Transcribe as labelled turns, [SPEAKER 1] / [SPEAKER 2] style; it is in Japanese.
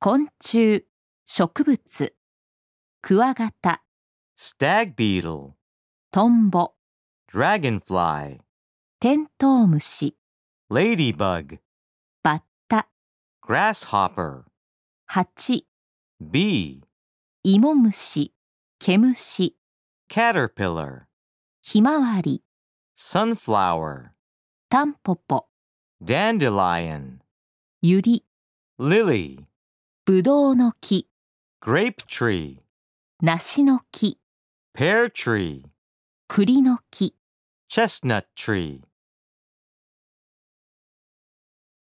[SPEAKER 1] 昆虫、植物、クワガタ、
[SPEAKER 2] stag beetle,
[SPEAKER 1] トンボ、
[SPEAKER 2] dragonfly,
[SPEAKER 1] テントウムシ、
[SPEAKER 2] ladybug,
[SPEAKER 1] バッタ、
[SPEAKER 2] grasshopper,
[SPEAKER 1] ハチ、
[SPEAKER 2] bee,
[SPEAKER 1] イモムシ、ケムシ、
[SPEAKER 2] caterpillar,
[SPEAKER 1] ひまわり、
[SPEAKER 2] sunflower,
[SPEAKER 1] タンポポ、
[SPEAKER 2] dandelion,
[SPEAKER 1] ユリ、
[SPEAKER 2] lily,
[SPEAKER 1] ブドウの木、
[SPEAKER 2] grape tree,
[SPEAKER 1] 梨の木、
[SPEAKER 2] pear tree,
[SPEAKER 1] 栗の木。
[SPEAKER 2] chestnut tree.